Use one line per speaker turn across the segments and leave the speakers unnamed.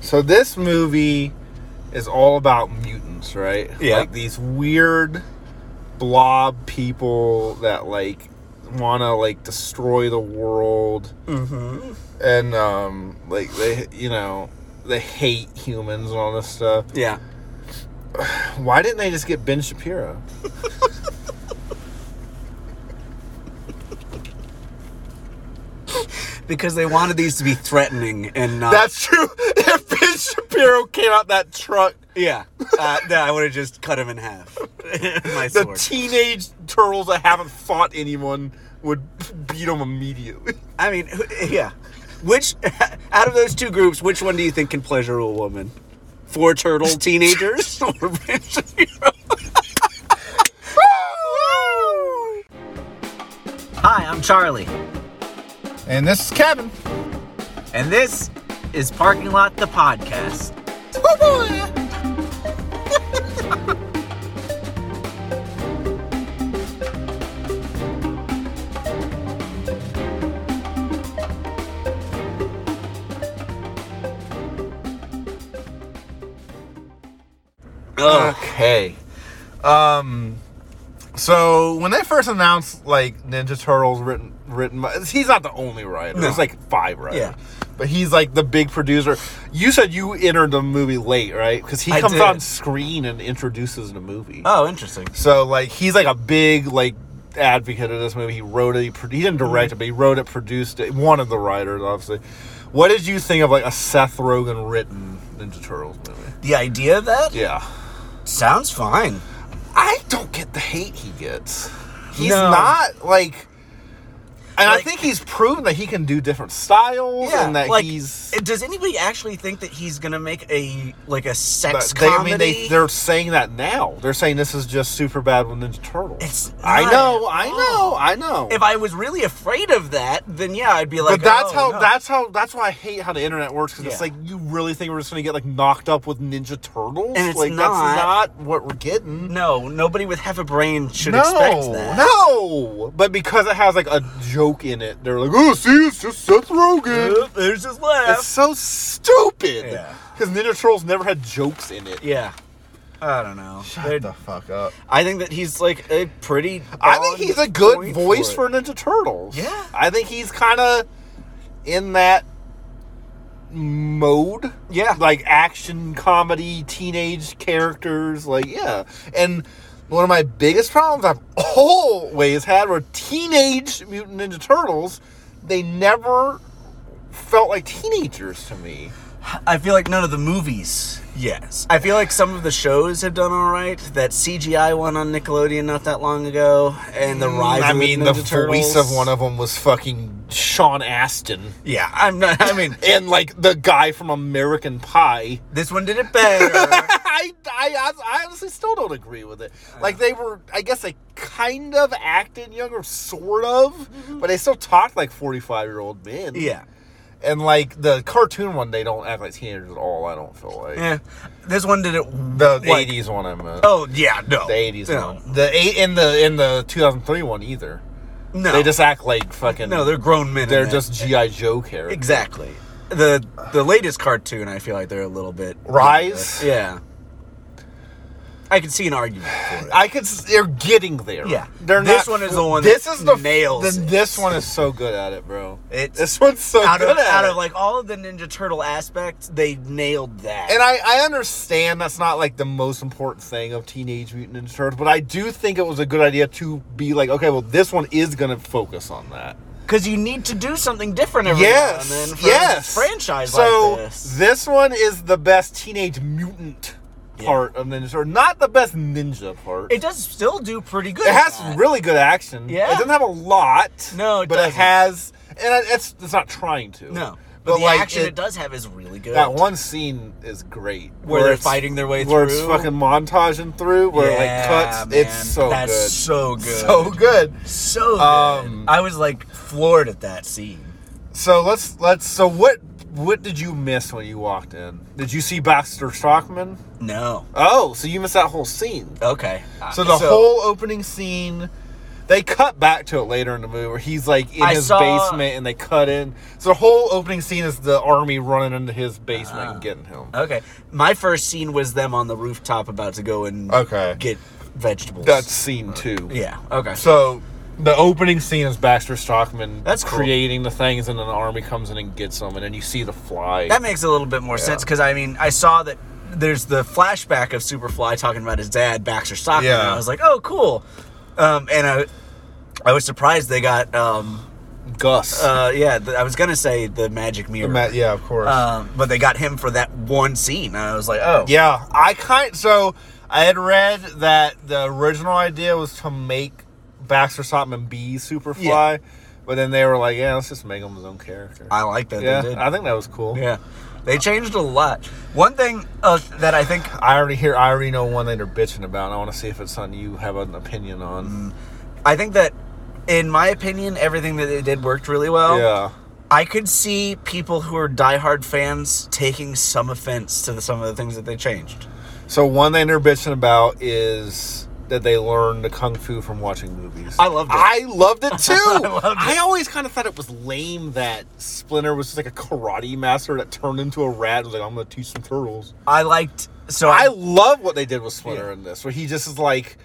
So this movie is all about mutants, right?
Yeah.
Like these weird blob people that like want to like destroy the world
Mm-hmm.
and um like they you know they hate humans and all this stuff.
Yeah.
Why didn't they just get Ben Shapiro?
Because they wanted these to be threatening and not.
That's true. If Ben Shapiro came out that truck,
yeah. Uh, no, I would have just cut him in half. My
the
sword.
teenage turtles that haven't fought anyone would beat them immediately.
I mean, who- yeah. Which out of those two groups, which one do you think can pleasure a woman? Four turtle teenagers or Ben Shapiro? Hi, I'm Charlie,
And this is Kevin.
and this is Parking Lot the podcast.
Okay. Um. So when they first announced like Ninja Turtles written written, by, he's not the only writer. There's like five writers.
Yeah.
But he's like the big producer. You said you entered the movie late, right? Because he
I
comes
did.
on screen and introduces the movie.
Oh, interesting.
So like he's like a big like advocate of this movie. He wrote it. He, pro- he didn't
Mm-hmm.
direct it, but he wrote it, produced it. One of the writers, obviously. What did you think of like a Seth Rogen written Ninja Turtles movie?
The idea of that
Yeah.
sounds fine.
I don't get the hate he gets. He's
No.
not like. And I
Like-
think he's proven that he can do different styles and that
like, eh,
he's.
Does anybody actually think that he's gonna make a like a sex
that they, I
comedy?
mean, they, they're saying that now. They're saying this is just super bad with Ninja Turtles.
It's
I
not
know,
at
I know,
all.
I know.
if I was really afraid of that, then yeah, I'd be like,
but that's
oh,
how
no.
that's how that's why I hate how the internet works because it's
Yeah.
like you really think we're just gonna get like knocked up with Ninja Turtles?
And it's
like
not.
that's not what we're getting.
no, nobody with half a brain should
no,
expect that.
No, but because it has like a joke in it, they're like, "Oh, see, it's just Seth Rogen."
Oop, there's his laugh.
It's so stupid.
Yeah.
Because Ninja Turtles never had jokes in it.
yeah, I don't know. They're-
Shut the fuck up.
I think that he's like a pretty.
I think he's a
on
good
point
voice for,
it.
Ninja Turtles.
Yeah.
I think he's kind of in that mode.
Yeah.
Like action comedy, teenage characters. Like, yeah. And one of my biggest problems I've always had were teenage Mutant Ninja Turtles. They never felt like teenagers to me.
I feel like none of the movies. Yes, I feel like some of the shows have done all right. That CGI one on Nickelodeon not that long ago, and the rise.
Mm, I
of
mean,
Ninja
the
Turtles.
voice of one of them was fucking Sean Astin.
Yeah, I'm not. I mean,
And like the guy from American Pie.
this one did it better.
I, I, I honestly still don't agree with it. Like they were, I guess they kind of acted younger, sort of, but they still talked like forty-five-year-old men.
Mm-hmm. yeah.
and like the cartoon one, they don't act like teenagers at all. I don't feel like
Yeah. This one did it.
the
like-
'80s one. I meant
Oh yeah, no.
the '80s
no.
one. The eight in the in the 2003 one either.
No.
They just act like fucking.
No, they're grown men. in
they're
that.
just GI Joe characters.
Exactly. The the latest cartoon I feel like they're a little bit
Rise?
Yeah. I can see an argument for it.
I could. s- They're getting there.
Yeah.
they're
This
not.
one is the one
This
that
is the
nails
the-
it.
This one is so good at it, bro.
It's
This one's so
out
good
of
at
out
it.
of like all of the Ninja Turtle aspects, they nailed that.
and I, I understand that's not like the most important thing of Teenage Mutant Ninja Turtles, but I do think it was a good idea to be like, okay, well, this one is going to focus on that.
Because you need to do something different every
Yes,
now and then for
yes.
a franchise
so
like this.
one is the best Teenage Mutant
Yeah.
part of Ninja Turtle, not the best ninja part.
It does still do pretty good.
It
at
has
that.
really good action.
Yeah.
It doesn't have a lot.
No, it
but
doesn't.
it has, and it- it's it's not trying to.
No. But, the action it, does have is really good.
That one scene is great
Where they're
it's-
fighting their way
where it's
through.
fucking montaging through, where it like
Yeah,
cuts.
man.
It's so
That's
good,
so good.
so good.
So good.
Um,
I was like floored at that scene.
So let's let's. So what what did you miss when you walked in? Did you see Baxter Stockman?
No.
Oh, so you missed that whole scene.
Okay.
So the whole opening scene, They cut back to it later in the movie where he's like in
I
his
saw-
basement and they cut in. So the whole opening scene is the army running into his basement
Uh,
and getting him.
Okay. My first scene was them on the rooftop about to go and
Okay.
get vegetables.
That's scene two.
yeah. Okay.
So the opening scene is Baxter Stockman
That's cool.
creating the things and then the army comes in and gets them and then you see the fly.
That makes a little bit more sense because I mean I saw that there's the flashback of Superfly talking about his dad Baxter Stockman.
Yeah.
And I was like, oh, cool. Um, and I, I was surprised they got. Um,
Gus.
uh, yeah, th- I was gonna say the magic mirror,
Ma- yeah, of course.
um, but they got him for that one scene. And I was like, oh,
Yeah, I kind so I had read that the original idea was to make Baxter Stockman be Superfly,
Yeah.
but then they were like, "Yeah, let's just make him his own character."
I like that
yeah,
they did.
I think that was cool.
yeah, they changed a lot. One thing uh, that I think
I already hear. I already know one thing they're bitching about. And I want to see if it's something you have an opinion on.
I think that, in my opinion, everything that they did worked really well.
Yeah,
I could see people who are diehard fans taking some offense to the, some of the things that they changed.
So one thing they're bitching about is that they learned the kung fu from watching movies.
I loved it.
I loved it too. I,
loved it.
always kind of thought it was lame that Splinter was just like a karate master that turned into a rat and was like, "I'm going to teach some turtles."
I liked so
I
I
love what they did with Splinter
Yeah.
in this, where he just is like,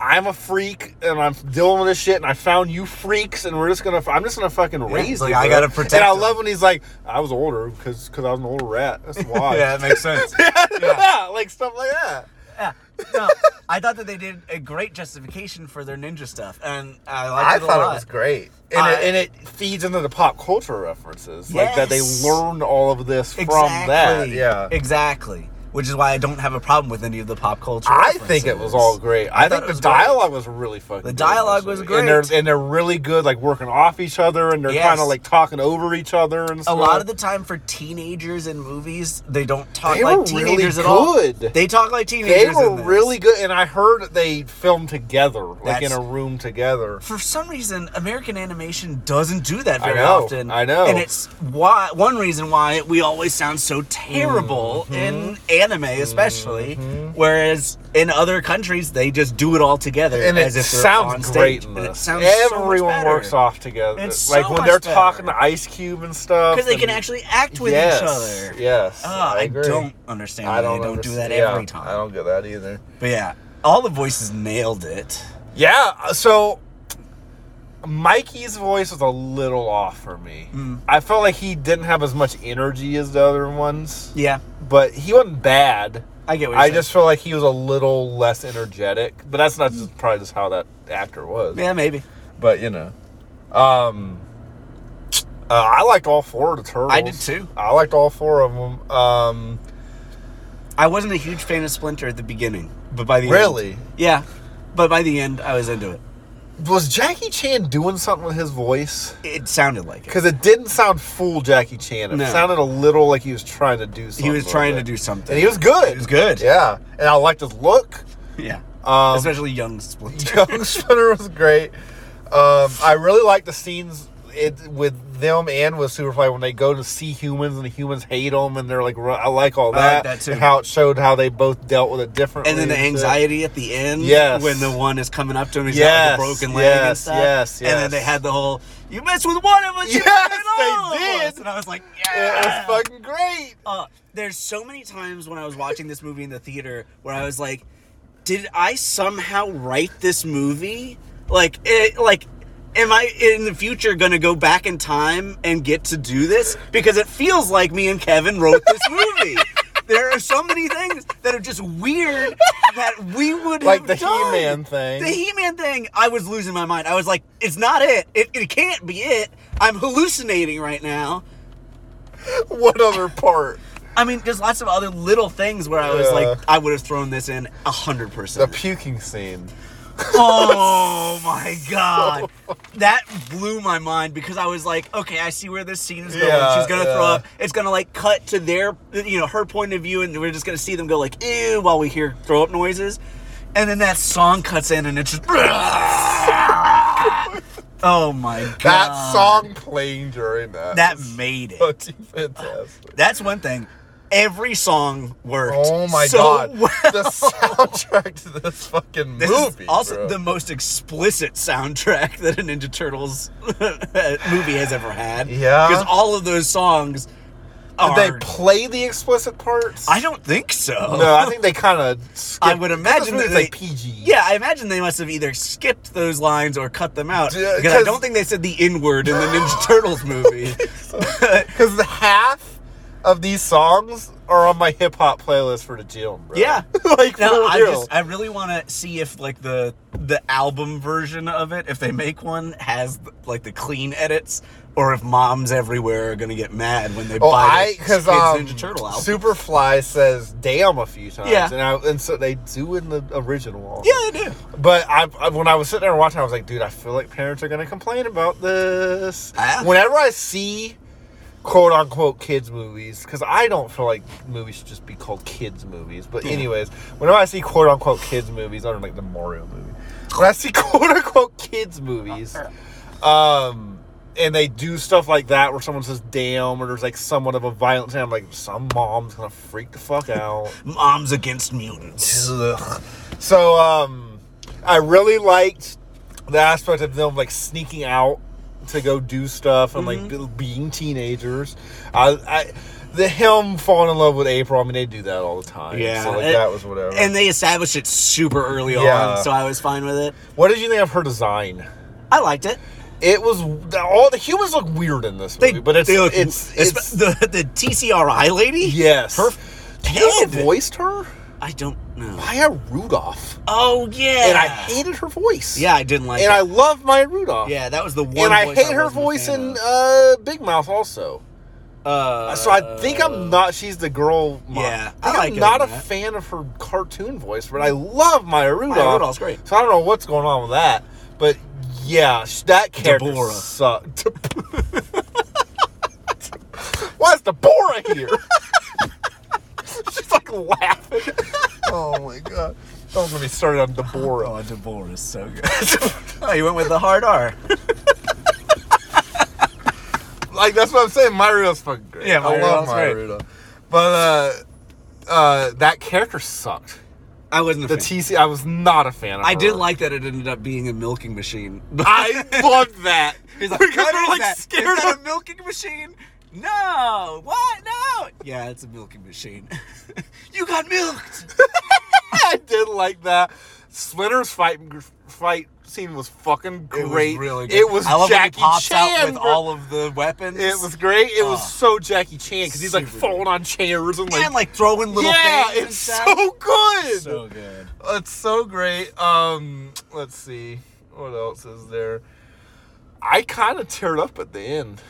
"I'm a freak and I'm dealing with this shit, and I found you freaks, and we're just gonna, I'm just gonna fucking raise
like,
you."
I
bro."
gotta protect
And I
him.
love when he's like, "I was older because because I was an older rat. That's why."
yeah, that makes sense.
yeah, like stuff like that.
yeah. No, I thought that they did a great justification for their ninja stuff, and I liked
I
it a
thought
lot.
it was great, and,
I-
it, and it feeds into the pop culture references, like that they
Yes.
learned all of this from that.
Exactly.
Yeah,
exactly. Which is why I don't have a problem with any of the pop culture.
I think it was all
references.
great. I,
thought
think
it
the
was great.
dialogue was really fucking.
The
good,
dialogue was
actually. and
great.
they're and they're really good, like working off each other, and they're
Yes.
kind of like talking over each other and
a
stuff.
lot of the time for teenagers in movies, they don't talk
They were
like
really
teenagers at all.
good.
They talk like
they
teenagers. in
were
this.
really good, and I heard that they filmed together, like in
That's-
a room together.
For some reason, American animation doesn't do that
I
very
know,
often.
I know.
and it's why one reason why we always sound so
Mm-hmm.
terrible in anime, especially. Whereas in other countries, they just do it all together
And it
as if they're on
sounds
stage.
great. in
And it
this.
sounds
Everyone
so much
works
better.
off together.
It's
like
so
when
much
they're
better.
talking to Ice Cube and stuff.
because they can
and-
actually act with
yes,
each other.
Yes,
Oh, I,
agree.
don't understand. why they don't do
understand-
that
yeah,
every time.
I don't get that either.
But yeah, all the voices nailed it.
Yeah, so Mikey's voice was a little off for me.
Mm.
I felt like he didn't have as much energy as the other ones,
Yeah,
but he wasn't bad.
I get what you're
I
saying.
just feel like he was a little less energetic, but that's not just probably just how that actor was.
yeah maybe.
But you know, um, uh, I liked all four of the turtles.
I did too.
I liked all four of them. Um,
I wasn't a huge fan of Splinter at the beginning, but by the end,
really,
yeah, but by the end I was into it.
was Jackie Chan doing something with his voice?
It sounded like it.
Because it didn't sound full Jackie Chan. It
No.
sounded a little like he was trying to do something.
He was trying
with
to
it.
do something.
And he was good. He
was good.
Yeah. And I liked his look.
yeah,
Um,
especially young Splinter.
Young Splinter was great. Um, I really like the scenes it, with them and with Superfly when they go to see humans and the humans hate them and they're like, ru- I like all
I like
that.
that too.
And how it showed how they both dealt with it differently.
And then the
shit.
anxiety at the end,
Yes.
when the one is coming up to him, he's
Yes,
got like a broken leg and
yes,
stuff.
yes,
And then
yes.
they had the whole "you mess with one of us, you
Yes,
mess with all
they
of us."
did.
and I was like,
It was
yeah,
fucking great.
Uh, there's so many times when I was watching this movie in the theater where I was like, "Did I somehow write this movie? Like, it, like, am I in the future gonna go back in time and get to do this? Because it feels like me and Kevin wrote this movie. there are so many things that are just weird that we would
Like
have
the
done.
He-Man thing.
The He-Man thing, I was losing my mind. I was like, "It's not it. It, it can't be it. I'm hallucinating right now."
what other part?
I mean, there's lots of other little things where I was
Yeah.
like, I would have thrown this in a hundred
The
percent.
puking scene.
Oh my god, that blew my mind because I was like, okay, I see where this scene is going.
Yeah,
She's gonna throw
yeah.
up. It's gonna like cut to their, you know, her point of view, and we're just gonna see them go like, ew, while we hear throw up noises, and then that song cuts in, and it's just. oh my god,
That song playing during that.
that made it.
fucking fantastic.
That's one thing. every song worked.
Oh my
so
god.
well.
The soundtrack to this fucking
This is
movie.
also
bro.
the most explicit soundtrack that a Ninja Turtles movie has ever had.
Yeah.
because all of those songs
Did
are.
they play the explicit parts?
I don't think so.
No, I think they kind of.
I would imagine
it's
that
like
they-
PG.
Yeah, I imagine they must have either skipped those lines or cut them out.
Yeah,
Because I
'cause-
don't think they said the N word in the Ninja Turtles movie.
because half of these songs are on my hip hop playlist for the gym. Bro.
Yeah.
like
No,
for
I
real.
just I really want to see if like the the album version of it, if they make one, has like the clean edits, or if moms everywhere are gonna get mad when they
Oh,
buy
I
the
because
Kids
um,
Ninja Turtle album.
Superfly says "damn" a few times,
Yeah.
and I, and so they do in the original.
yeah, they do.
But I, I- when I was sitting there watching, I was like, dude, I feel like parents are gonna complain about this.
Ah.
Whenever I see quote unquote kids movies, because I don't feel like movies should just be called kids movies. But
Yeah.
anyways, whenever I see quote unquote kids movies, other than like the Mario movie, when I see quote unquote kids movies, um. And they do stuff like that where someone says "damn" or there's like somewhat of a violent thing. I'm like, some mom's gonna freak the fuck out.
Moms against mutants.
Ugh. So um, I really liked the aspect of them like sneaking out to go do stuff and like
Mm-hmm.
be- being teenagers. I, I the him falling in love with April. I mean, they do that all the time.
Yeah,
so like
and-
that was whatever.
And they established it super early
Yeah.
on, so I was fine with it.
what did you think of her design?
I liked it.
It was all the humans look weird in this
They,
movie, but it's
they look,
it's, it's
the the TCRI lady.
yes.
her
Do you know who
head.
voiced her?
I don't know.
Maya Rudolph,
Oh yeah,
and I hated her voice.
Yeah, I didn't like
and
it.
I love Maya Rudolph.
yeah, that was the one.
and I
voice
hate her
wasn't a
voice
fan
in
of.
uh, Big Mouth also.
Uh,
so I think I'm not. She's the girl. Mom.
Yeah,
I think
I
I
like
am
her
not a
in that.
fan of her cartoon voice, but I love Maya Rudolph.
Rudolph's great.
So I don't know what's going on with that, but yeah, sh- that character
Deborah.
sucked. Why is Deborah here? she's like laughing. oh my god! Don't get me started on Deborah.
Oh, Deborah is so good. oh, you went with the hard R.
like that's what I'm saying. My Rudolph's fucking great.
Yeah,
I
Mario
love
Rudolph's
my
great.
Rudolph. But uh, uh, that character sucked.
I wasn't a
The
fan.
TC, I was not a fan of.
I did
her.
like that it ended up being a milking machine.
I loved that
He's like,
because
"What
they're
is
like
that? Is
scared
that
of.
a milking machine? No. What? No. Yeah, it's a milking machine. you got milked.
I did like that. Splinter's fight fight scene was fucking
It was
great.
really good.
It was
I love when he
Jackie
pops
Chan
out with
bro.
all of the weapons.
It was great. It was
Oh.
so Jackie Chan because he's like
Super
falling on chairs and like,
and like throwing little
yeah,
things. and
it's
stuff.
so good.
so good.
It's so great. Um, let's see what else is there. I kind of teared up at the end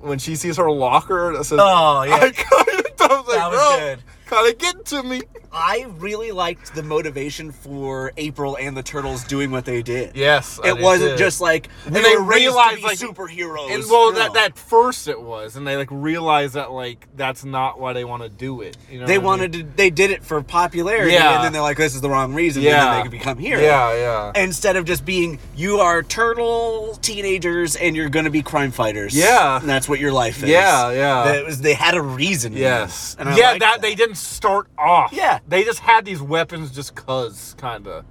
when she sees her locker. That says,
Oh, yeah.
I kind of was like,
That
bro,
was good.
kind of getting to me.
I really liked the motivation for April and the Turtles doing what they did.
Yes,
it wasn't just like we
they
were raised
realized,
to be
like-
superheroes.
And well,
No.
that that first it was, and they like realized that like that's not why they want to do it. You know,
they
what I
wanted to, they did it for popularity,
Yeah.
and then they're like, this is the wrong reason. Yeah, and
Yeah.
then they could become
mean?
heroes.
Yeah, yeah.
Instead of just being, you are turtle teenagers and you're gonna be crime fighters.
Yeah.
and that's what your life is.
Yeah, yeah.
That was, they had a reason. in
Yes.
it, And I
yeah,
liked
that, they didn't start off.
Yeah.
They just had these weapons just cuz kind of.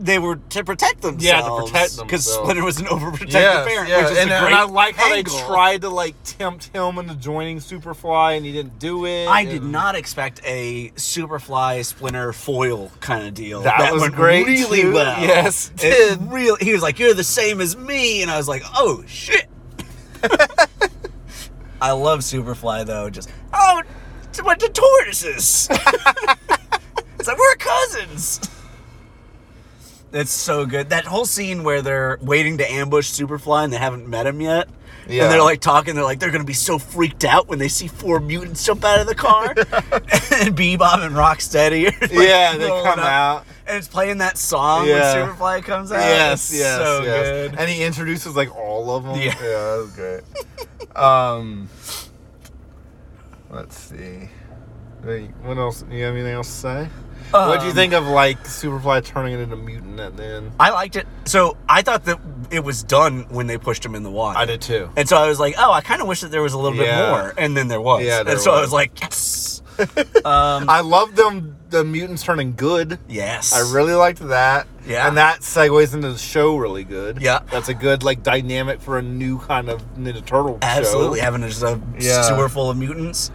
they were to protect themselves.
Yeah, to protect
because
themselves.
Splinter was an overprotective parent.
yeah.
which is
and,
a
and
great
I like how
angle.
they tried to like tempt him into joining Superfly and he didn't do it.
I did
and-
not expect a Superfly Splinter foil kind of deal.
That was great,
really
too.
well.
Yes, it
it
did.
really. He was like, "You're the same as me," and I was like, "Oh shit." I love Superfly though. Just oh, it's what the tortoises. it's like we're cousins. It's so good. That whole scene where they're waiting to ambush Superfly and they haven't met him yet.
Yeah.
And they're like talking, they're like, they're gonna be so freaked out when they see four mutants jump out of the car. and Bebop and Rocksteady are like,
yeah, they
rolling
come
up.
out.
And it's playing that song
Yeah.
when Superfly comes out.
Yes,
It's
yes,
So
yes.
good.
And he introduces like all of them.
Yeah.
yeah that was great. um, let's see. Wait, What else? You have anything else to say? what do you
Um,
think of like Superfly turning it into mutant at the end?
I liked it. So I thought that it was done when they pushed him in the water.
I did too.
And so I was like, oh, I kind of wish that there was a little
Yeah.
bit more. And then there was.
Yeah, there
and so I
was.
was like, yes. Um,
I love them. The mutants turning good.
Yes.
I really liked that.
Yeah.
And that segues into the show really good.
Yeah.
That's a good like dynamic for a new kind of Ninja Turtle
absolutely
show.
having just a
Yeah.
sewer full of mutants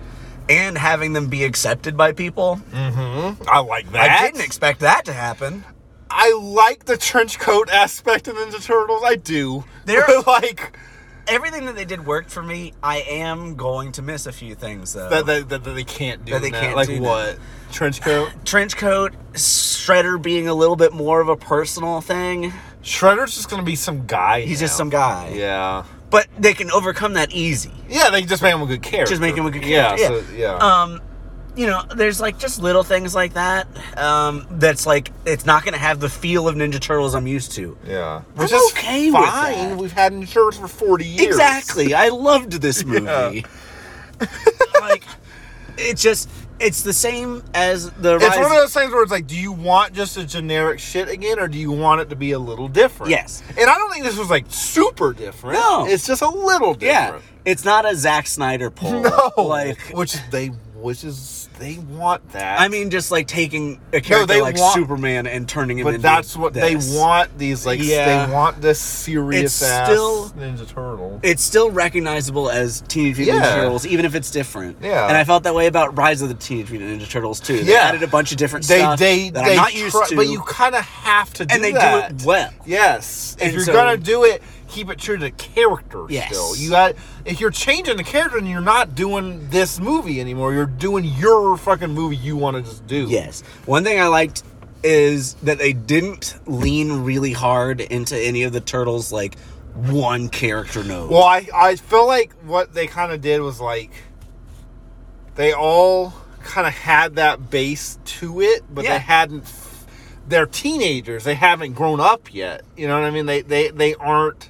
and having them be accepted by people.
I like that.
I didn't expect that to happen.
I like the trench coat aspect of Ninja Turtles. I do.
They're-
But, like
Everything that they did worked for me. I am going to miss a few things though.
that, that, that, that they can't do.
That they
now.
can't
Like
do now.
what? Trench coat.
trench coat, Shredder being a little bit more of a personal thing.
Shredder's just gonna be some guy.
He's
now.
just some guy.
Yeah.
But they can overcome that easy.
Yeah, they just make him a good character.
Just make him a good
Yeah,
character,
so, yeah.
Um you know, there's like just little things like that. Um, that's like it's not gonna have the feel of Ninja Turtles I'm used to.
yeah.
I'm
Which is
okay with
fine.
that.
We've had insurance for 40 years.
Exactly. I loved this movie. like it just it's the same as the
It's
rise.
one of those things where it's like, do you want just a generic shit again, or do you want it to be a little different?
Yes.
And I don't think this was like super different.
No.
It's just a little
yeah.
different.
It's not a Zack Snyder pull.
No.
Like
which they, which is they want that.
I mean just like taking a character
they
like
want-
Superman and turning him
but
into
that's what
this.
they want. These like,
Yeah.
they want this serious
It's
ass
still-
Ninja Turtle.
It's still recognizable as Teenage Mutant Ninja
Yeah.
Turtles, even if it's different.
Yeah.
And I felt that way about Rise of the Teenage Mutant Ninja Turtles too. They
Yeah.
added a bunch of different
they,
stuff
they,
that
they
I'm not used
try-
to.
but you kind of have to do
and they
that.
do it well.
Yes. If
And
you're
so-
gonna do it, keep it true to the character
Yes.
still. You got if you're changing the character and you're not doing this movie anymore, you're doing your fucking movie you wanna just do.
Yes. One thing I liked is that they didn't lean really hard into any of the turtles like one character node.
Well, I, I feel like what they kinda did was like they all kinda had that base to it, but
Yeah.
they hadn't they're teenagers. They haven't grown up yet. You know what I mean? They they, they aren't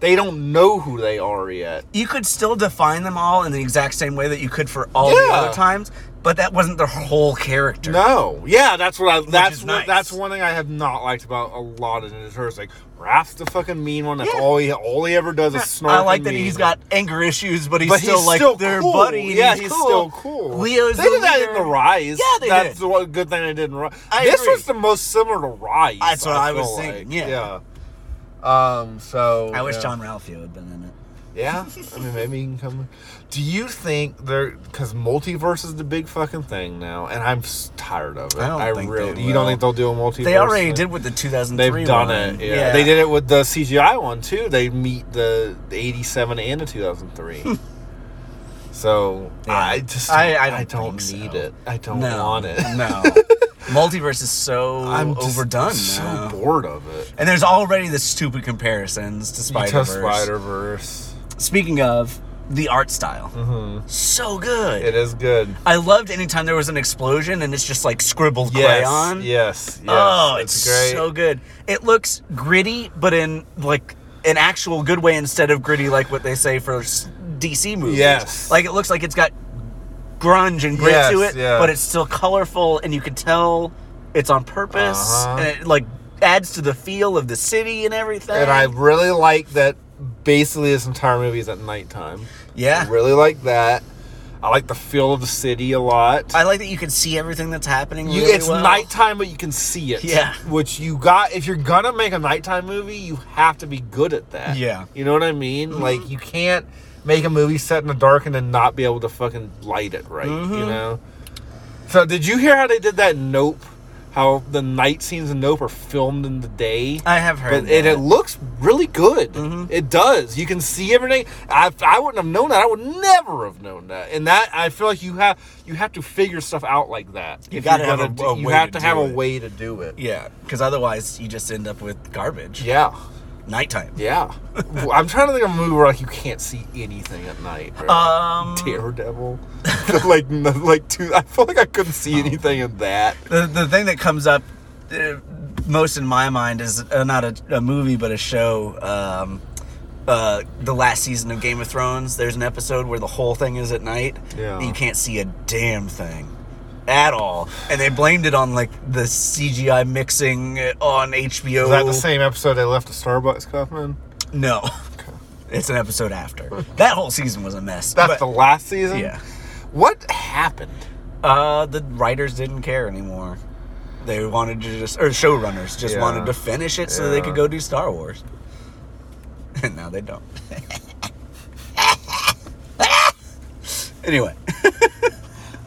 they don't know who they are yet.
you could still define them all in the exact same way that you could for all the
Yeah.
other times, but that wasn't their whole character.
No, yeah, that's what I. That's
is
what,
nice.
that's one thing I have not liked about a lot of Ninja Turtles. Like Raph's the fucking mean one. That's
Yeah.
all he all he ever does is snark.
I like
and
that
mean.
he's got anger issues, but he's
but
still
he's
like
still
their
cool.
buddy. and
Yeah, he's, still cool.
Leo's
they
the
did that
leader.
in the Rise.
Yeah, they
that's
did.
the one good thing they did in Rise.
I
this
agree.
was the most similar to Rise.
That's what I was
feel
thinking,
like.
yeah.
Yeah. Um. So
I wish
yeah.
John Ralphio had been in it.
Yeah, I mean, maybe you can come. Do you think they're because multiverse is the big fucking thing now, and I'm s- tired of it.
I don't think
really.
they
you don't
will.
think they'll do a multiverse?
They already
thing?
did with the 2003
They've done it.
one.
Yeah. they did it with the CGI one too. They meet the the '87 and the 2003. so
Hmm. Yeah.
I just
I- I don't
don't,
think
need
so.
it. I don't want it.
No. Multiverse is so
I'm just
overdone
So
now.
bored of it.
And there's already the stupid comparisons to Spider Verse.
Spider Verse.
Speaking of the art style, so good.
Mm-hmm. It is good.
I loved anytime there was an explosion and it's just like scribbled
Yes.
crayon.
Yes. Yes.
oh, it's,
great.
so good. It looks gritty, but in like an actual good way instead of gritty like what they say for s- DC movies.
Yes.
like it looks like it's got grunge and grit to
Yes,
it,
yeah.
but it's still colorful, and you can tell it's on purpose,
Uh-huh.
and it like adds to the feel of the city and everything.
And I really like that basically this entire movie is at nighttime. I
yeah.
really like that. I like the feel of the city a lot.
I like that you can see everything that's happening.
You,
really
it's
well.
nighttime, but you can see it.
Yeah.
Which you got if you're gonna make a nighttime movie, you have to be good at that.
Yeah.
You know what I mean? Like you can't make a movie set in the dark and then not be able to fucking light it right.
Mm-hmm.
You know. So did you hear how they did that? in Nope. How the night scenes in Nope are filmed in the day.
I have heard.
But it,
that.
it looks really good. It does. You can see everything. I, I wouldn't have known that. I would never have known that. And that I feel like you have you have to figure stuff out like that.
You
If
gotta
you're
have
gonna
a-
do-
a
you
way
have
to
to have
do
a
it.
way to do it.
yeah, because otherwise you just end up with garbage.
Yeah,
Nighttime.
yeah. Well, I'm trying to think of a movie where like you can't see anything at night. Right?
Um,
Daredevil. like no, like two. I feel like I couldn't see anything in that.
the, the thing that comes up uh, most in my mind is uh, not a, a movie but a show um, uh, the last season of game of thrones there's an episode where the whole thing is at night
Yeah.
and you can't see a damn thing at all and they blamed it on like the cgi mixing on hbo
Is that the same episode they left the Starbucks cup in?
no it's an episode after that whole season was a mess
That's
but-
the last season.
yeah
What happened?
Uh, the writers didn't care anymore. They wanted to just, or showrunners just
Yeah.
wanted to finish it so they
Yeah.
could go do Star Wars. And now they don't. anyway,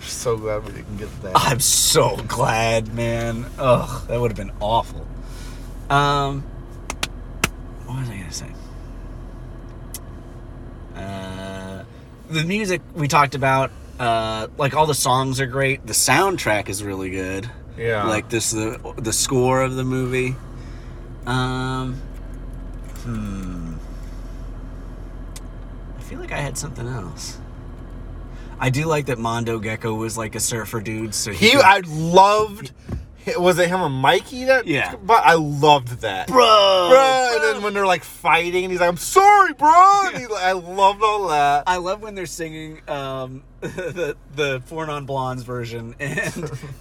So glad we didn't get that.
I'm so glad, man. Ugh, that would have been awful. Um, what was I gonna say? Uh, the music we talked about, uh, like all the songs are great. The soundtrack is really good.
Yeah.
like this the the score of the movie. Um, hmm. I feel like I had something else. I do like that Mondo Gecko was like a surfer dude, so he,
He,
could-
I loved. Was it him or Mikey that?
Yeah.
But I loved that.
bro,
Bruh, And then when they're like fighting, and he's like, "I'm sorry, bro." And he, like, I loved all that.
I love when they're singing um, the the Four Non Blondes version, and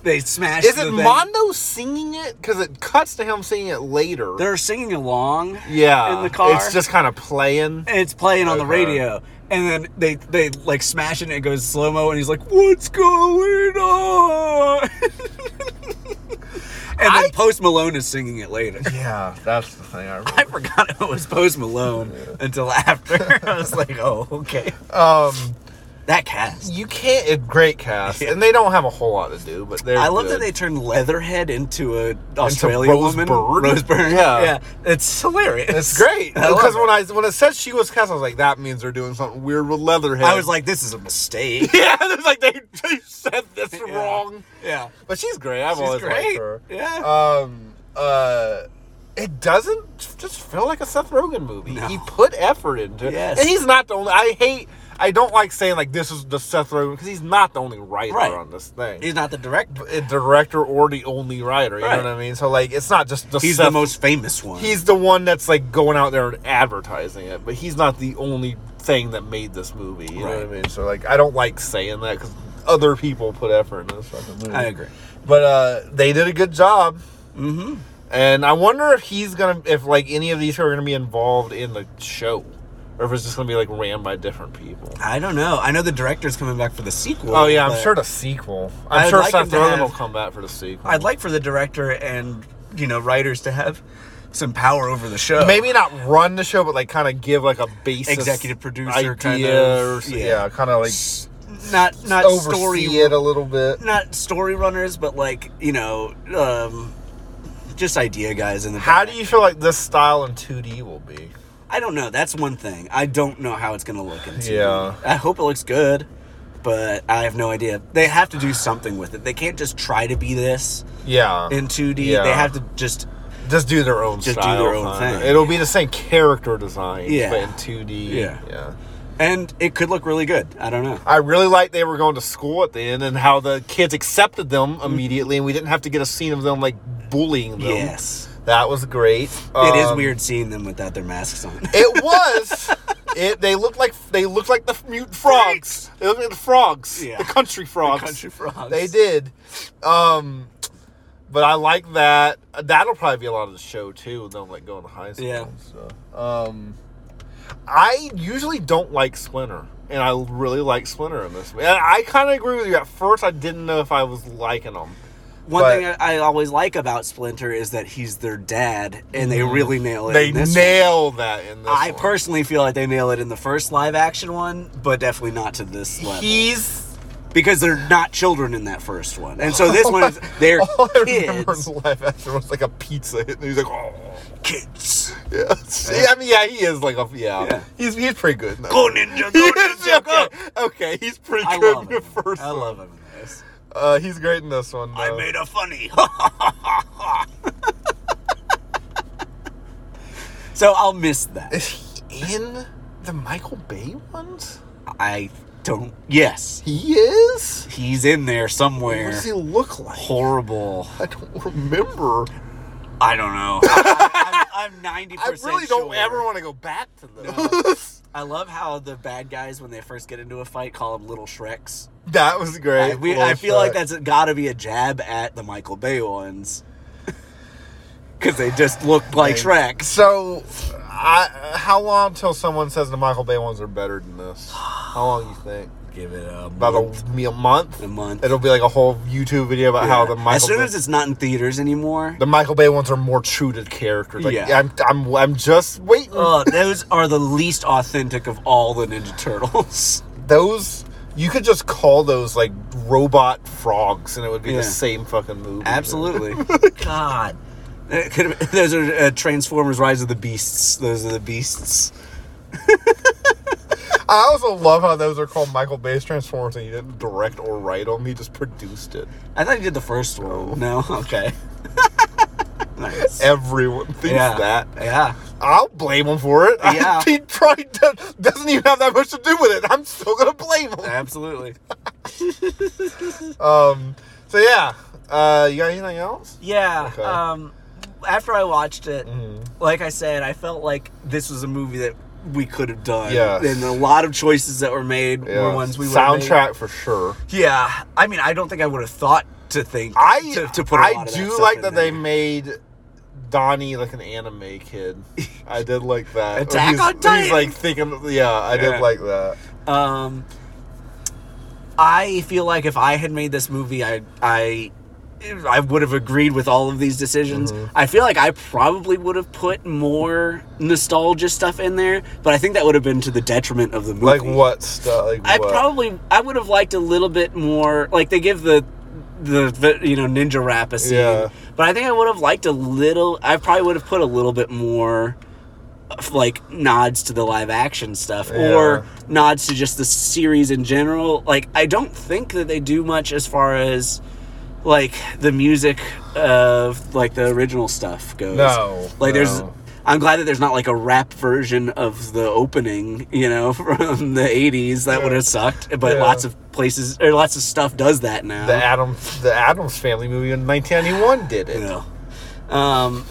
they smash.
Is
the
it
thing.
Mondo singing it? Because it cuts to him singing it later.
They're singing along.
yeah,
in the car.
It's just kind of playing.
and it's playing on the
Okay.
radio. And then they they like smash it and it goes slow mo and he's like, What's going on? and then
I-
Post Malone is singing it later.
Yeah, that's the thing. I remember.
I forgot it was Post Malone until after. I was like, Oh, okay.
Um,
That cast.
you can't. It, great cast, and they don't have a whole lot to do, but they're.
I love that
good.
they turned Leatherhead into a Australian
Rose
woman.
Byrne?
Rose Byrne.
Yeah.
yeah, it's hilarious.
It's great
I love
because
it.
when I when it said she was cast, I was like, that means they're doing something weird with Leatherhead.
I was like, this is a mistake.
yeah, it's like they, they said this
Yeah.
wrong.
yeah,
But she's great. I've
She's
always liked
great.
her.
Yeah.
Um. Uh. It doesn't just feel like a Seth Rogen movie.
No.
He put effort into it,
Yes.
and he's not the only. I hate. I don't like saying like this is the Seth Rogen because he's not the only writer
Right.
on this thing.
he's not the director.
a director or the only writer. You
Right.
know what I mean? So like, it's not just the
He's
Seth
the most famous one.
he's the one that's like going out there and advertising it, but he's not the only thing that made this movie. You know what
Right.
I mean? So like, I don't like saying that because other people put effort in this fucking movie.
I agree.
but uh, they did a good job,
Mm-hmm.
and I wonder if he's gonna, if like any of these people are gonna be involved in the show, or if it's just gonna be like ran by different people.
I don't know. I know the director's coming back for the sequel.
Oh yeah, I'm
but
sure the sequel. I'm
I'd
sure
like him
Seth
to
Rogen
have-
will come back for the sequel.
I'd like for the director and you know writers to have some power over the show.
maybe not run the show, but like kind of give like a basic
Executive producer
idea
kind of-
or so-
yeah.
yeah, kind of like
not not story
oversee it a little bit.
not story runners, but like you know, um, just idea guys in the.
How
back.
do you feel like this style in 2D will be?
I don't know. That's one thing. I don't know how it's gonna look in TV.
Yeah.
I hope it looks good, but I have no idea. They have to do something with it. They can't just try to be this
Yeah,
in 2D.
Yeah.
They have to just
just do their own.
Just do
style
their own
kinda.
thing.
It'll be the same character design,
Yeah.
but in 2D.
Yeah.
yeah.
and it could look really good. I don't know.
I really like they were going to school at the end and how the kids accepted them immediately, and we didn't have to get a scene of them like bullying them.
Yes.
that was great.
It is
Um,
weird seeing them without their masks on.
It was. It, they looked like they looked like the mute frogs. They looked like the frogs,
Yeah.
the country frogs.
Country frogs.
They did. Um, but I like that. That'll probably be a lot of the show too. Them like going to high school.
Yeah.
So, um, I usually don't like Splinter, and I really like Splinter in this. And I kind of agree with you. At first, I didn't know if I was liking him.
One
but-
thing I, I always like about Splinter is that he's their dad, and they really nail it.
Mm. They
in this
nail that in this.
one. I
one.
personally feel like they nail it in the first live action one, but definitely not to this level
He's
because they're not children in that first one, and so this one is they're
all Oh, I remember in
kids.
the live action was like a pizza hit, and he's like, oh.
Kids,
Yeah. See, I mean, yeah, he is like a yeah.
Yeah.
He's he's pretty good. in that.
go ninja,
He
go
is,
ninja, go!
okay. okay, he's pretty
I
good
love
in the
him.
first
I
one.
love him. in this.
Uh, he's great in this one.
I
though.
made a funny. so I'll miss that.
Is he in the Michael Bay ones?
I don't. Yes,
He is.
he's in there
What
somewhere.
does he look like?
Horrible.
I don't remember.
I don't know. I, am ninety
I
percent.
really don't ever want to go back to
No.
those.
I love how the bad guys, when they first get into a fight, call them little Shreks.
that was great.
I, we,
Little
I feel like
Shrek.
that's got to be a jab at the Michael Bay ones because they just look like Shrek.
So, I how long till someone says the Michael Bay ones are better than this? How long you think?
give it a
about
month.
a, me a month.
A month.
It'll be like a whole YouTube video about how the
Yeah.
Michael
as soon
Bay,
as it's not in theaters anymore.
the Michael Bay ones are more true to characters. Like,
Yeah. Uh.
I'm, I'm, I'm just waiting.
Ugh, those are the least authentic of all the Ninja Turtles.
those you could just call those like robot frogs, and it would be
Yeah.
the same fucking movie.
Absolutely. God. It could've- Those are uh, Transformers: Rise of the Beasts. Those are the beasts.
I also love how those are called Michael Bay's Transformers, and he didn't direct or write them; he just produced it.
I thought you did the first one. No, okay. nice.
Everyone thinks that.
Yeah.
I'll blame him for it.
Yeah.
he probably do- doesn't even have that much to do with it. I'm still gonna blame him.
Absolutely.
Um. So yeah. Uh. You got anything else?
Yeah.
Okay. Mm-hmm.
Um, after I watched it, like I said, I felt like this was a movie that we could have done.
Yes.
And a lot of choices that were made were ones we would have made.
soundtrack for sure.
Yeah. I mean, I don't think I would have thought to think
I
to, to put. a
I
lot of
do
stuff
like
in
that they
there.
made Donnie like an anime kid. I did like that. When
Attack
he's,
on
when He's
Titan!
like thinking. Yeah, I
Yeah.
did like that.
Um, I feel like if I had made this movie, I I I would have agreed with all of these decisions. I feel like I probably would have put more nostalgia stuff in there, but I think that would have been to the detriment of the movie.
Like what stuff? Like
I
what?
probably I would have liked a little bit more. Like they give the the, the you know ninja rap a scene,
Yeah.
but I think I would have liked a little. I probably would have put a little bit more, of, like nods to the live action stuff or nods to just the series in general. Like I don't think that they do much as far as like the music of like the original stuff goes.
No,
like there's.
no.
I'm glad that there's not like a rap version of the opening, you know, from the '80s. That would have sucked, but
Yeah.
lots of places or lots of stuff does that now.
the Adam the Adams Family movie in 1991 did it.
you know. Um,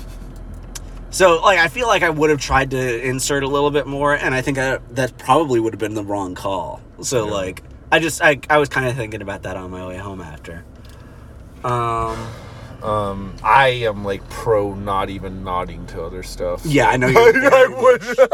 so like I feel like I would have tried to insert a little bit more, and I think I, that probably would have been the wrong call. So like I just I, I was kind of thinking about that on my way home after. Um,
Um, I am like pro not even nodding to other stuff.
yeah, I know. you
I would.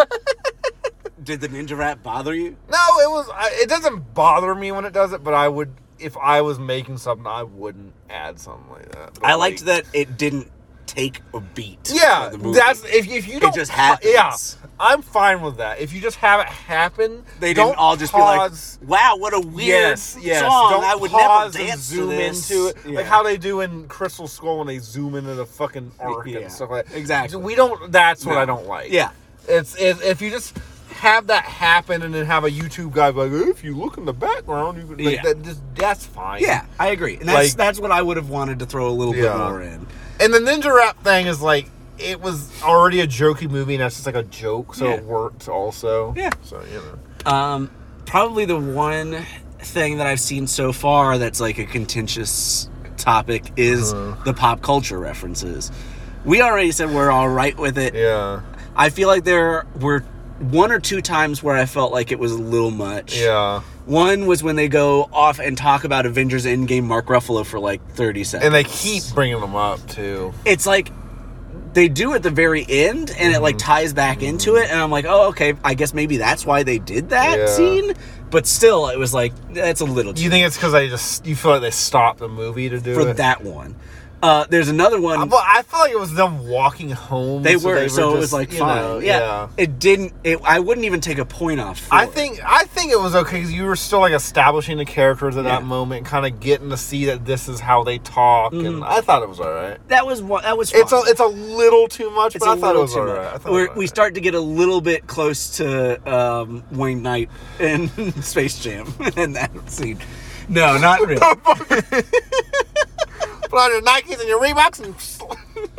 Did the ninja rap bother you?
No, it was. I- It doesn't bother me when it does it, but I would if I was making something, I wouldn't add something like that. But,
I liked
like,
that it didn't take a beat.
Yeah,
of the movie.
that's if, if you don't.
just
ha- Yeah,
happens.
I'm fine with that. If you just have it happen,
they
don't
didn't all just
pause,
be like, "Wow, what a weird
Yes, yes.
song!
Don't
I would never
pause
dance
and zoom
to this."
into it,
Yeah.
like how they do in Crystal Skull when they zoom into the fucking arc
Yeah,
and stuff like that.
exactly.
We don't. That's what
No.
I don't like.
Yeah.
It's if, if you just have that happen and then have a YouTube guy be like, if you look in the background, you can, like,
Yeah.
that, just, that's fine.
Yeah, I agree. And that's
Like-
that's what I would have wanted to throw a little bit
Yeah.
more in.
And the ninja rap thing is like it was already a jokey movie, and that's just like a joke, so
Yeah.
it worked also.
Yeah.
So you know,
Um, probably the one thing that I've seen so far that's like a contentious topic is
Uh-huh.
the pop culture references. We already said we're all right with it.
yeah,
I feel like there were one or two times where I felt like it was a little much.
yeah.
One was when they go off and talk about Avengers Endgame Mark Ruffalo for like 30 seconds.
And they keep bringing them up too.
it's like they do at the very end and it
Mm-hmm.
like ties back into it and i'm like oh okay i guess maybe that's why they did that
Yeah.
scene but still it was like that's a little
Do
too
you think it's because they just you feel like they stopped the movie to do
for
it?
that one uh, there's another one
I- Well, I felt like it was them walking home.
they were so, it was
just,
like
you
fine
know,
yeah. it didn't it, i wouldn't even take a point off for
I
it.
think I think it was okay because you were still like establishing the characters at that
Yeah.
moment, kind of getting to see that this is how they talk, and I thought it was all right.
that was one that was
It's a
Mm-hmm. fine.
it's a little too much,
It's
but
a
I thought it
little
was
too
all
much.
right. I thought it
We're,
was
we
alright.
start to get a little bit close to um, Wayne Knight in Space Jam in that scene. No, not really.
put on your Nikes and your Reeboks and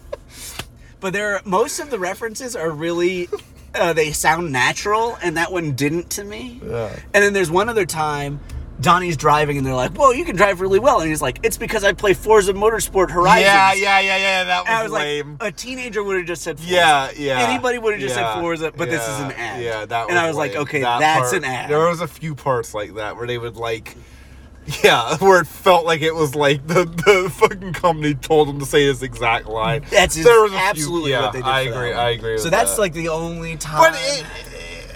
but there are, most of the references are really uh, they sound natural and that one didn't to me
Yeah.
and then there's one other time donnie's driving and they're like whoa you can drive really well and he's like it's because i play forza motorsport horizons
yeah, yeah, yeah, yeah. That was,
and i was
lame.
like a teenager would have just said forza.
yeah, yeah.
anybody would have just said
yeah,
Forza, but this
yeah,
is an ad.
Yeah, that.
And I was like,
lame.
okay, that's
part-
an ad.
There was a few parts like that where they would like. Yeah, where it felt like it was like the, the fucking company told them to say this exact line.
that's
There was a few-
absolutely
yeah,
what they did
I
for that
agree.
one.
I agree.
so
with
that's
that.
like the only time
But it,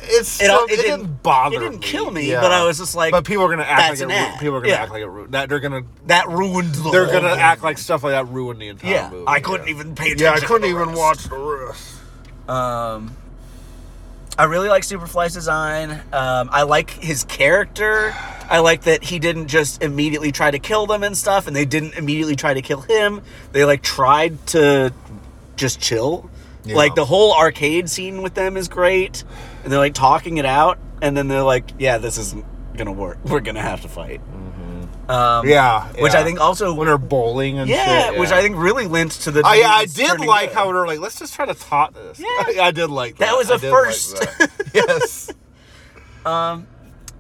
it's
It all-
it, didn't, bother.
it didn't
me.
kill me, but I was just like,
but people are gonna act
that's
like
an
it, ru-
ad.
people are gonna
Yeah. Oh,
act like it ruined. That they're gonna
that ruined the
they're
whole
gonna
movie.
act like stuff like that ruined the entire
Yeah,
movie.
I couldn't even pay attention.
Yeah, I
to
couldn't
the
even
rest.
watch the rest.
Um, I really like Superfly's design. Um, I like his character. I like that he didn't just immediately try to kill them and stuff, and they didn't immediately try to kill him. They like tried to just chill.
Yeah.
Like the whole arcade scene with them is great, and they're like talking it out, and then they're like, "Yeah, this isn't gonna work. We're gonna have to fight." Um,
Yeah,
which
yeah.
I think also
when they're bowling and
yeah,
shit,
which I think really linked to the.
I, I
movies
did
turning
like
good.
how we were like, let's just try to tot this.
Yeah.
I, I did like that.
That was
a
a first.
yes.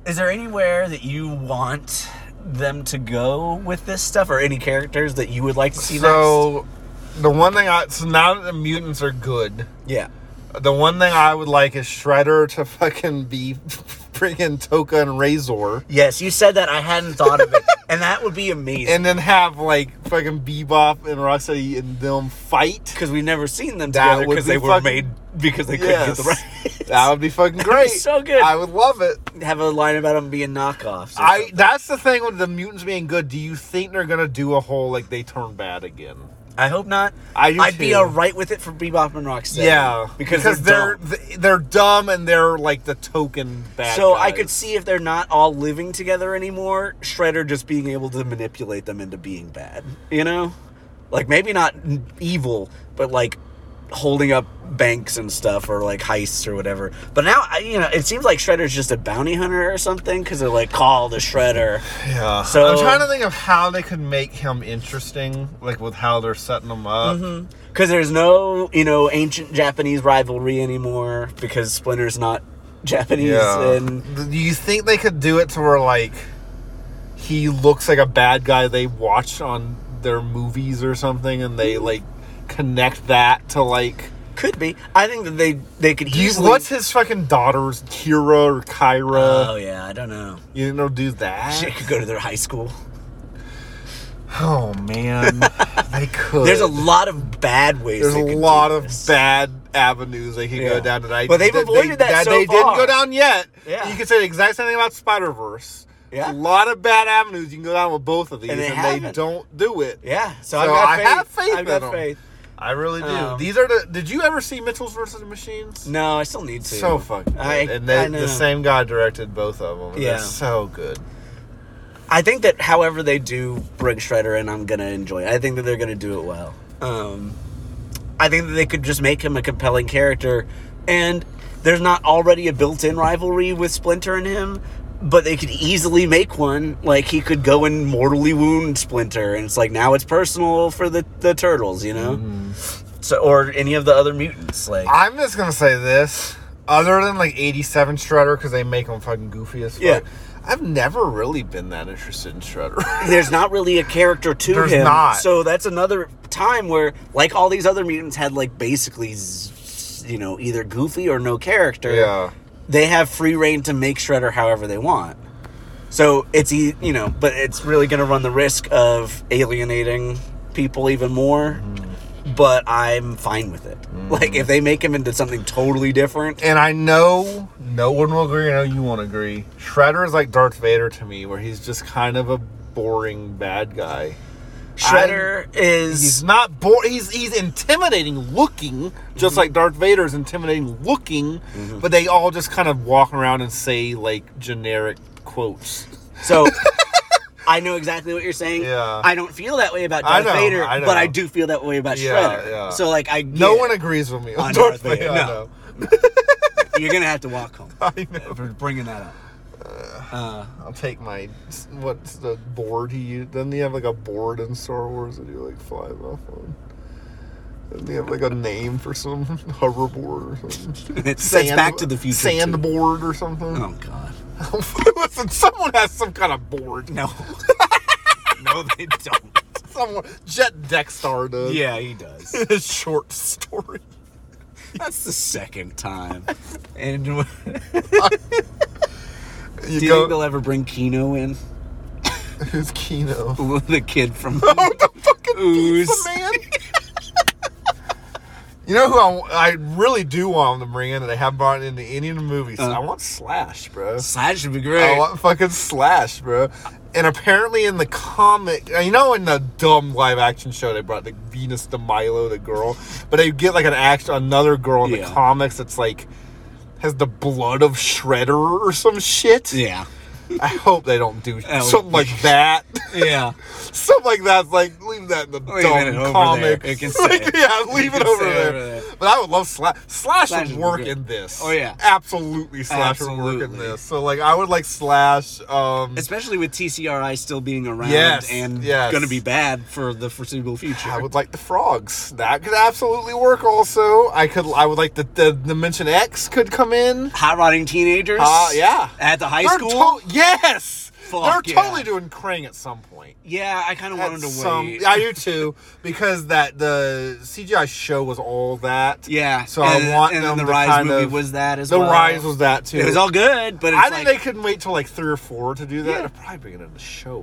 Is there anywhere that you want them to go with this stuff, or any characters that you would like to see
so the one thing I so now that the mutants are good,
next? Yeah,
the one thing I would like is Shredder to fucking be bringing Toka and Razor.
yes, you said that. I hadn't thought of it, and that would be amazing
And then have like fucking Bebop and Rocksteady and them fight.
because we've never seen them
That
together
would
because
be
they were
fucking-
made because they couldn't get the right.
that would be fucking great.
so good.
I would love it.
Have a line about them being knockoffs. or
I
something.
that's the thing with the mutants being good. Do you think they're gonna do a whole like they turn bad again?
I hope not.
I do
I'd be
too.
all right with it for Bebop and Rocksteady.
Yeah,
because,
they're
they're.
th- they're, dumb and they're like the token bad.
so I
guys.
could see if they're not all living together anymore, Shredder just being able to manipulate them into being bad. You know, like maybe not n- evil, but like holding up banks and stuff or like heists or whatever. But now I- you know it seems like Shredder's just a bounty hunter or something because they're like call the Shredder.
Yeah.
So-
I'm trying to think of how they could make him interesting, like with how they're setting him up.
Mm-hmm. Because there's no, you know, ancient Japanese rivalry anymore because Splinter's not Japanese and
Th- Do you think they could do it to where like he looks like a bad guy they watch on their movies or something, and they
Mm-hmm.
like connect that to like.
could be. I think that they they could
Do you,
easily.
what's his fucking daughter's Kira or Kyra?
oh yeah, I don't know.
you know, do that.
Shit could go to their high school.
Oh man, they could.
There's a lot of bad ways.
There's
they
a
could do
lot of
this.
bad avenues they could
Yeah.
go down tonight.
But they've avoided that so
they didn't
far.
go down yet.
Yeah.
You could say the exact same thing about Spider Verse. A
Yeah.
lot of bad avenues you can go down with both of these,
And
and
they
they,
haven't.
don't do it.
Yeah, so, I've
So
got
I
faith.
have faith
I've got
in 'em.
faith.
I really do.
Um,
these are the. Did you ever see Mitchell's versus the Machines?
No, I still need to.
So fucking good.
I,
and they,
I know.
the same guy directed both of them.
Yeah.
They're so good.
I think that however they do bring Shredder in, I'm gonna enjoy it. I think that they're gonna do it well. Um, I think that they could just make him a compelling character, and there's not already a built-in rivalry with Splinter and him. But they could easily make one. Like he could go and mortally wound Splinter, and it's like now it's personal for the the turtles, you know. So or any of the other mutants, like
I'm just gonna say this. Other than like '87 Shredder, because they make him fucking goofy as fuck.
Yeah.
I've never really been that interested in Shredder.
there's not really a character to
There's
him.
not.
So that's another time where, like all these other mutants, had like basically, z- you know, either goofy or no character.
yeah.
They have free reign to make Shredder however they want. So it's e- you know, but it's really going to run the risk of alienating people even more.
Mm-hmm.
But I'm fine with it.
Mm.
Like if they make him into something totally different,
and I know no one will agree. I know you won't agree. Shredder is like Darth Vader to me, where he's just kind of a boring bad guy.
Shredder is
He's not boring. He's he's intimidating looking, just
Mm-hmm.
like Darth Vader is intimidating looking. But they all just kind of walk around and say like generic quotes.
So I know exactly what you're saying.
Yeah.
I don't feel that way about
I
Darth
know,
Vader,
I know.
but I do feel that way about
Yeah,
Shredder.
yeah.
So like I
No
get
one agrees with me on,
On
Darth,
Darth
Vader.
Vader,
I
no.
know.
you're gonna have to walk home
I know.
for bringing that up. Uh,
I'll take my what's the board he used? Doesn't he have like a board in Star Wars that you like fly off on? Doesn't he have like a name for some hoverboard or something?
it's, it's Back to the Future. too.
Sandboard or something.
Oh God.
Listen, someone has some kind of board.
No. no, they don't.
Someone Jet Dexstar does.
Yeah, he does.
His short story.
That's the second time. And do
You
you think
go
they'll ever bring Kino in?
who's Kino?
The kid from
Oh the fucking
Ooze.
pizza man. You know who I, I really do want them to bring in that they haven't brought into any of the movies? I want Slash, bro.
Slash would be great.
Oh, I want fucking Slash, bro. And apparently in the comic, uh, you know, in the dumb live action show, they brought like Venus de Milo, the girl, but they get like an act another girl in
Yeah.
the comics that's like has the blood of Shredder or some shit.
yeah.
I hope they don't do
Oh.
something like that.
Yeah.
something like that's like leave that in the
Leave
dumb
it over
comic.
there. It can
Like,
stay.
yeah, leave
can
it over
stay
there.
over there.
But I would love Slash. Slash,
Slash
would
would
work
be good.
in this.
Oh, yeah.
absolutely. Slash would work in
Absolutely.
this. So like, I would like Slash. Um,
Especially with TCRI still being around
Yes,
and
yes.
going to be bad for the foreseeable future.
I would like the frogs. That could absolutely work. Also, I could. I would like the the Dimension X could come in.
High rotting teenagers.
Uh, yeah.
At the high
They're
school.
to- yes.
Fuck,
They're
yeah.
totally doing Krang at some point.
yeah, I kind of
At
wanted to
some-
wait.
I do too because that the CGI show was all that.
yeah.
So I want
and
them
then the
to
Rise
kind
movie
of-
was that as
The
well.
Rise was that too.
It was all good, but it's
I think
like,
they couldn't wait till like three or four to do that.
Yeah.
They're probably bringing it in the show.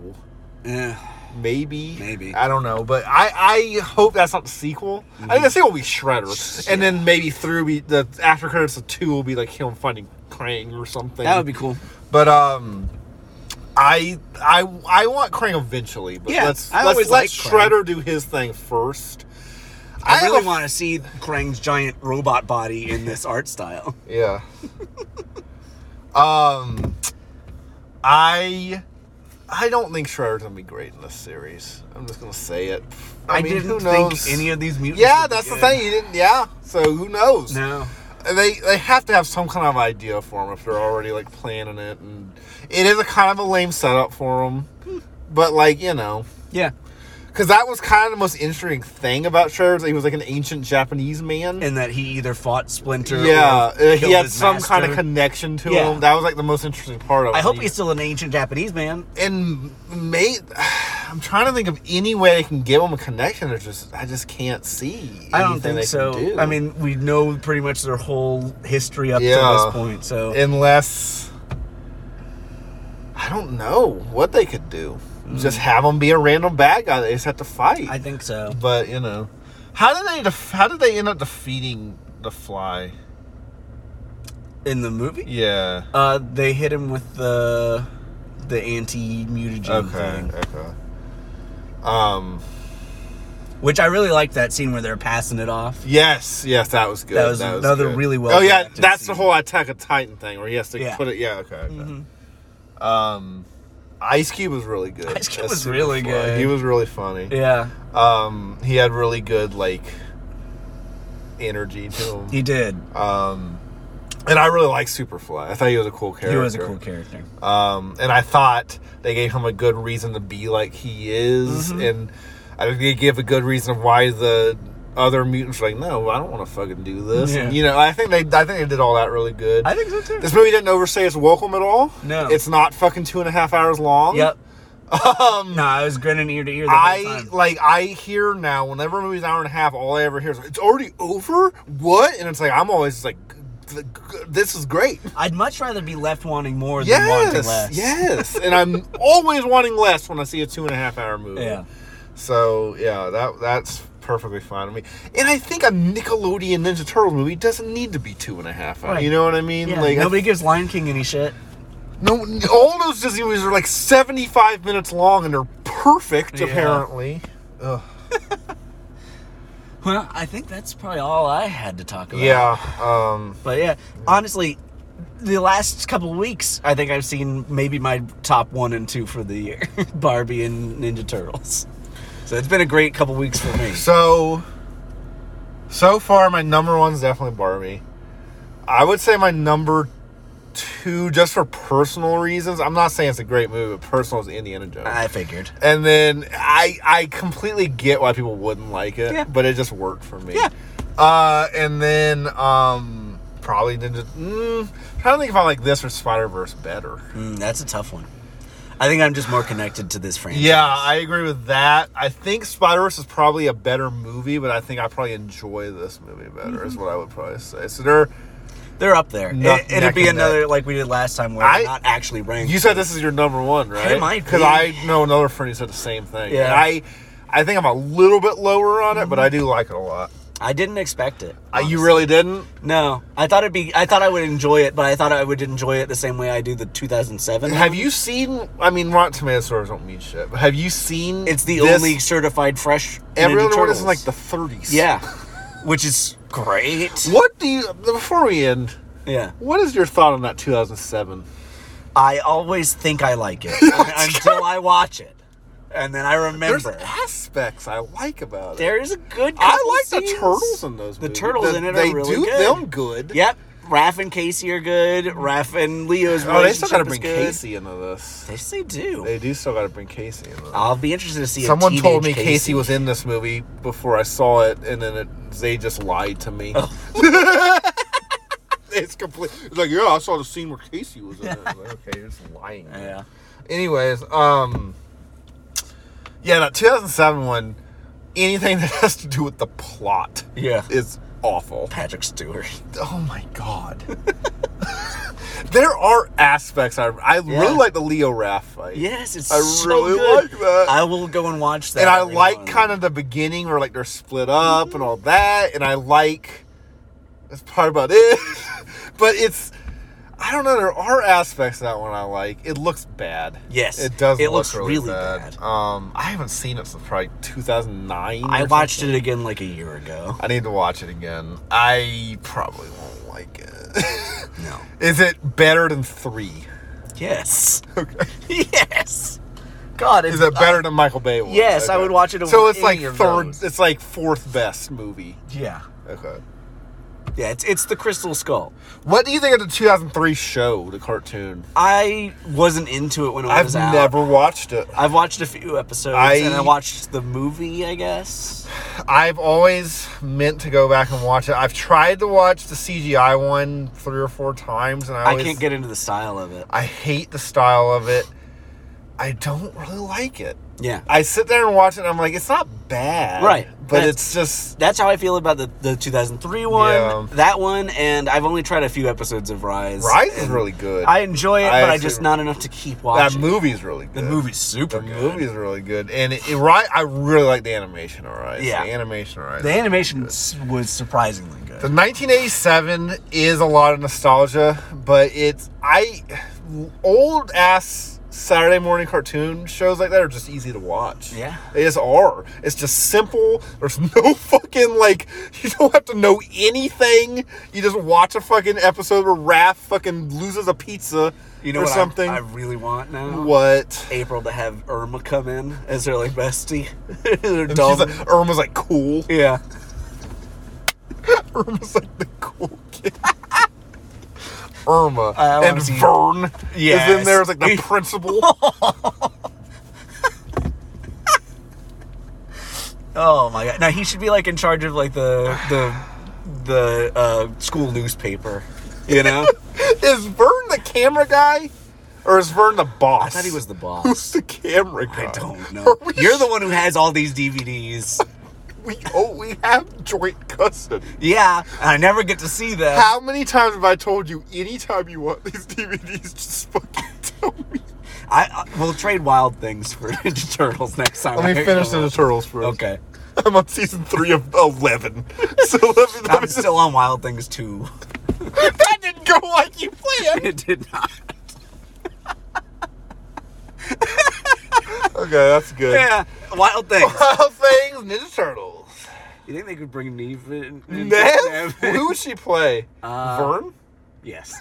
Eh,
Maybe.
Maybe.
I don't know. But I, I hope that's not the sequel. I
Mm-hmm.
think the sequel will be Shredder. And then maybe through be, the after credits of two will be like him finding Krang or something.
that would be cool.
But um I I I want Krang eventually, but
Yeah,
let's
I
let's
always
let
liked Krang.
Shredder do his thing first.
I,
have
really
a-
want to see Krang's giant robot body in this art style.
Yeah. um, I I don't think Shredder's gonna be great in this series. I'm just gonna say it.
I,
I, mean,
didn't
who knows?
think any of these mutants.
yeah,
would be
that's the
good.
thing. You didn't. Yeah. So who knows?
No.
They they have to have some kind of idea for him if they're already like planning it, and it is a kind of a lame setup for him. But like you know,
Yeah.
because that was kind of the most interesting thing about Shredder. is that He was like an ancient Japanese man.
And that he either fought Splinter.
Yeah,
or
uh, he
killed
had
his
some kind of
master.
connection to
Yeah.
him. That was like the most interesting part of it.
I hope he's still an ancient Japanese man.
and mate. I'm trying to think of any way they can give him a connection. There's just I just can't see.
I don't
anything
think
they can
so.
do.
I mean, we know pretty much their whole history up to
Yeah.
this point. So
unless I don't know what they could do. Just have him be a random bad guy. They just have to fight.
Hmm. I think so.
but you know, how did they? Def- how did they end up defeating the Fly?
In the movie,
Yeah.
uh, they hit him with the the anti mutagen
Okay.
thing,
Okay. Um.
which I really like that scene where they're passing it off.
Yes, yes, that was good.
That was another
good.
really well
Oh yeah,
directed
that's the
scene.
whole Attack of Titan thing where he has to
Yeah. Mm-hmm.
put it. Yeah, okay. okay. Um, Ice Cube was really good.
Ice Cube
That's
was
super
really
funny.
good.
He was really funny.
Yeah,
Um, he had really good like energy to him.
he did.
um, and I really liked Superfly. I thought he was a cool character.
He was a cool character.
Um, and I thought they gave him a good reason to be like he is,
Mm-hmm.
and I think they give a good reason of why the other mutants were like, no, I don't want to fucking do this.
Yeah.
And, you know, I think they, I think they did all that really good.
I think so too.
this movie didn't overstay its welcome at all.
No.
it's not fucking two and a half hours long.
Yep.
Um,
No, I was grinning ear to ear. The whole
I
time.
like I hear now whenever a movie's an hour and a half, all I ever hear is it's already over. What? And it's like I'm always like, "G- g- this is great.
I'd much rather be left wanting more than wanting
Yes,
less.
yes, and I'm always wanting less when I see a two and a half hour movie.
Yeah.
So yeah, that that's perfectly fine to me. And I think a Nickelodeon Ninja Turtle movie doesn't need to be two and a half hours.
Right.
You know what I mean?
Yeah,
Like I-
nobody gives Lion King any shit.
no, all those Disney movies are like seventy five minutes long and they're perfect
Yeah.
apparently. Ugh.
Well, I think that's probably all I had to talk about.
Yeah. Um,
But yeah, honestly, the last couple weeks, I think I've seen maybe my top one and two for the year Barbie and Ninja Turtles. So it's been a great couple weeks for me.
So, so far, my number one's definitely Barbie. I would say my number two, just for personal reasons. I'm not saying it's a great movie, but personal is Indiana Jones.
I figured.
and then I, I completely get why people wouldn't like it,
Yeah.
but it just worked for me.
Yeah.
Uh, and then um, probably Ninja. Mm, I don't think if I like this or Spider Verse better.
Mm, that's a tough one. I think I'm just more connected to this franchise.
Yeah, I agree with that. I think Spider Verse is probably a better movie, but I think I probably enjoy this movie better. Is
Mm-hmm.
what I would probably say. So there,
They're up there.
Not
it, it'd be
neck and
another, like we did last time, where
I-
we're not actually ranked.
you said this is your number one, right?
It might
because
be.
I know another friend who said the same thing.
Yeah. Mm-hmm.
and I, I think I'm a little bit lower on it, but I do like it a lot.
I didn't expect it.
Uh, you really didn't?
No, I thought it'd be. I thought I would enjoy it, but I thought I would enjoy it the same way I do the 2007.
Have you seen? I mean, Rotten Tomato scores don't mean shit. But have you seen?
It's the
this-
only certified fresh.
Every
Ninja
other one is in
Turtles.
like the 30s.
yeah, which is great.
What do you? Before we end,
Yeah,
what is your thought on that 2007?
I always think I like it until I watch it, and then I
There's
remember
aspects I like about it.
there is a good.
I
couple
like the
scenes.
turtles in those.
The
movies.
turtles
The-
in it are
They
really
do
good.
them good.
Yep, Raph and Casey are good. Raph and Leo's
Oh, they still got
got to
to bring Casey into this.
Yes, they do.
They do still got to bring Casey into this.
I'll be interested to see. if
Someone told me
teenage
Casey. was in this movie before I saw it, and then it, they just lied to me. Oh. it's complete. It's like, yeah, I saw the scene where Casey was in it. I'm like, okay, you're just lying.
Yeah.
Anyways, um, yeah, that 2007 one, anything that has to do with the plot
Yeah.
is awful.
Patrick Stewart.
Oh my god. there are aspects I I
Yeah.
really like the Leo Raff fight.
Yes, it's
I
so
really
good.
like that.
I will go and watch that.
and I
every now
like
then.
kind of the beginning where like they're split up and all that, and I like that's part about it. but it's I don't know. There are aspects of that one I like. It looks bad.
Yes.
it does.
It
look
looks really bad.
Um, I haven't seen it since probably 2009.
I
or
watched
something.
it again like a year ago.
I need to watch it again. I probably won't like it.
No.
Is it better than three?
Yes. Yes. God, it's,
Is it better than Michael Bay? One?
Uh, yes, I would watch it over
So it's
any
like
of
third.
those.
It's like fourth best movie.
yeah.
Okay.
Yeah, it's it's the Crystal Skull.
What do you think of the 2003 show, the cartoon?
I wasn't into it when it
I've
was out.
never watched it.
I've watched a few episodes
I-
and I watched the movie, I guess.
I've always meant to go back and watch it. I've tried to watch the CGI one three or four times, and I,
I
always,
can't get into the style of it.
I hate the style of it. I don't really like it.
Yeah.
I sit there and watch it, and I'm like, it's not bad,
Right.
But
That's-
it's just
that's how I feel about the, the 2003 one,
Yeah.
that one, and I've only tried a few episodes of Rise.
Rise is really good.
I enjoy it,
I
but I
actually-
just not enough to keep
that
watching.
movie's really
the
good.
movie's super
The
good.
movie is really good, and it, it right. I really like the animation. All right,
Yeah.
the animation. All right,
The animation s- was surprisingly
the
good.
1987 is a lot of nostalgia, but it's I old ass Saturday morning cartoon shows like that are just easy to watch.
Yeah.
they just are. It's just simple. There's no fucking like you don't have to know anything. You just watch a fucking episode where Raph fucking loses a pizza
You know
or
what I-
something.
I, really want now?
what?
April to have Irma come in as her like bestie. They're
And
dumb.
she's like, Irma's like cool.
yeah.
Irma's like the cool kid. Irma
I wanna
and
see-
Vern is in
Yes.
there as like the principal.
Oh my god. Now he should be like in charge of like the the the uh, school newspaper. You know?
is Vern the camera guy, or is Vern the boss?
I thought he was the boss.
Who's the camera guy?
I don't know.
Are we
You're the one who has all these DVDs.
We oh we have joint custody.
yeah, and I never get to see them.
How many times have I told you? Anytime you want these DVDs, just fucking tell me.
I, I we'll trade Wild Things for Ninja Turtles next time.
Let me
I
finish
go.
the Turtles first.
Okay,
I'm on season three of eleven. So let me. Let
I'm
me just-
still on Wild Things too.
that didn't go like you planned.
It did not.
Okay, that's good.
Yeah, Wild Things.
Wild Things, Ninja Turtles.
You think they could bring Neve in? in-
Nev? Who would she play?
Uh,
Vern?
Yes.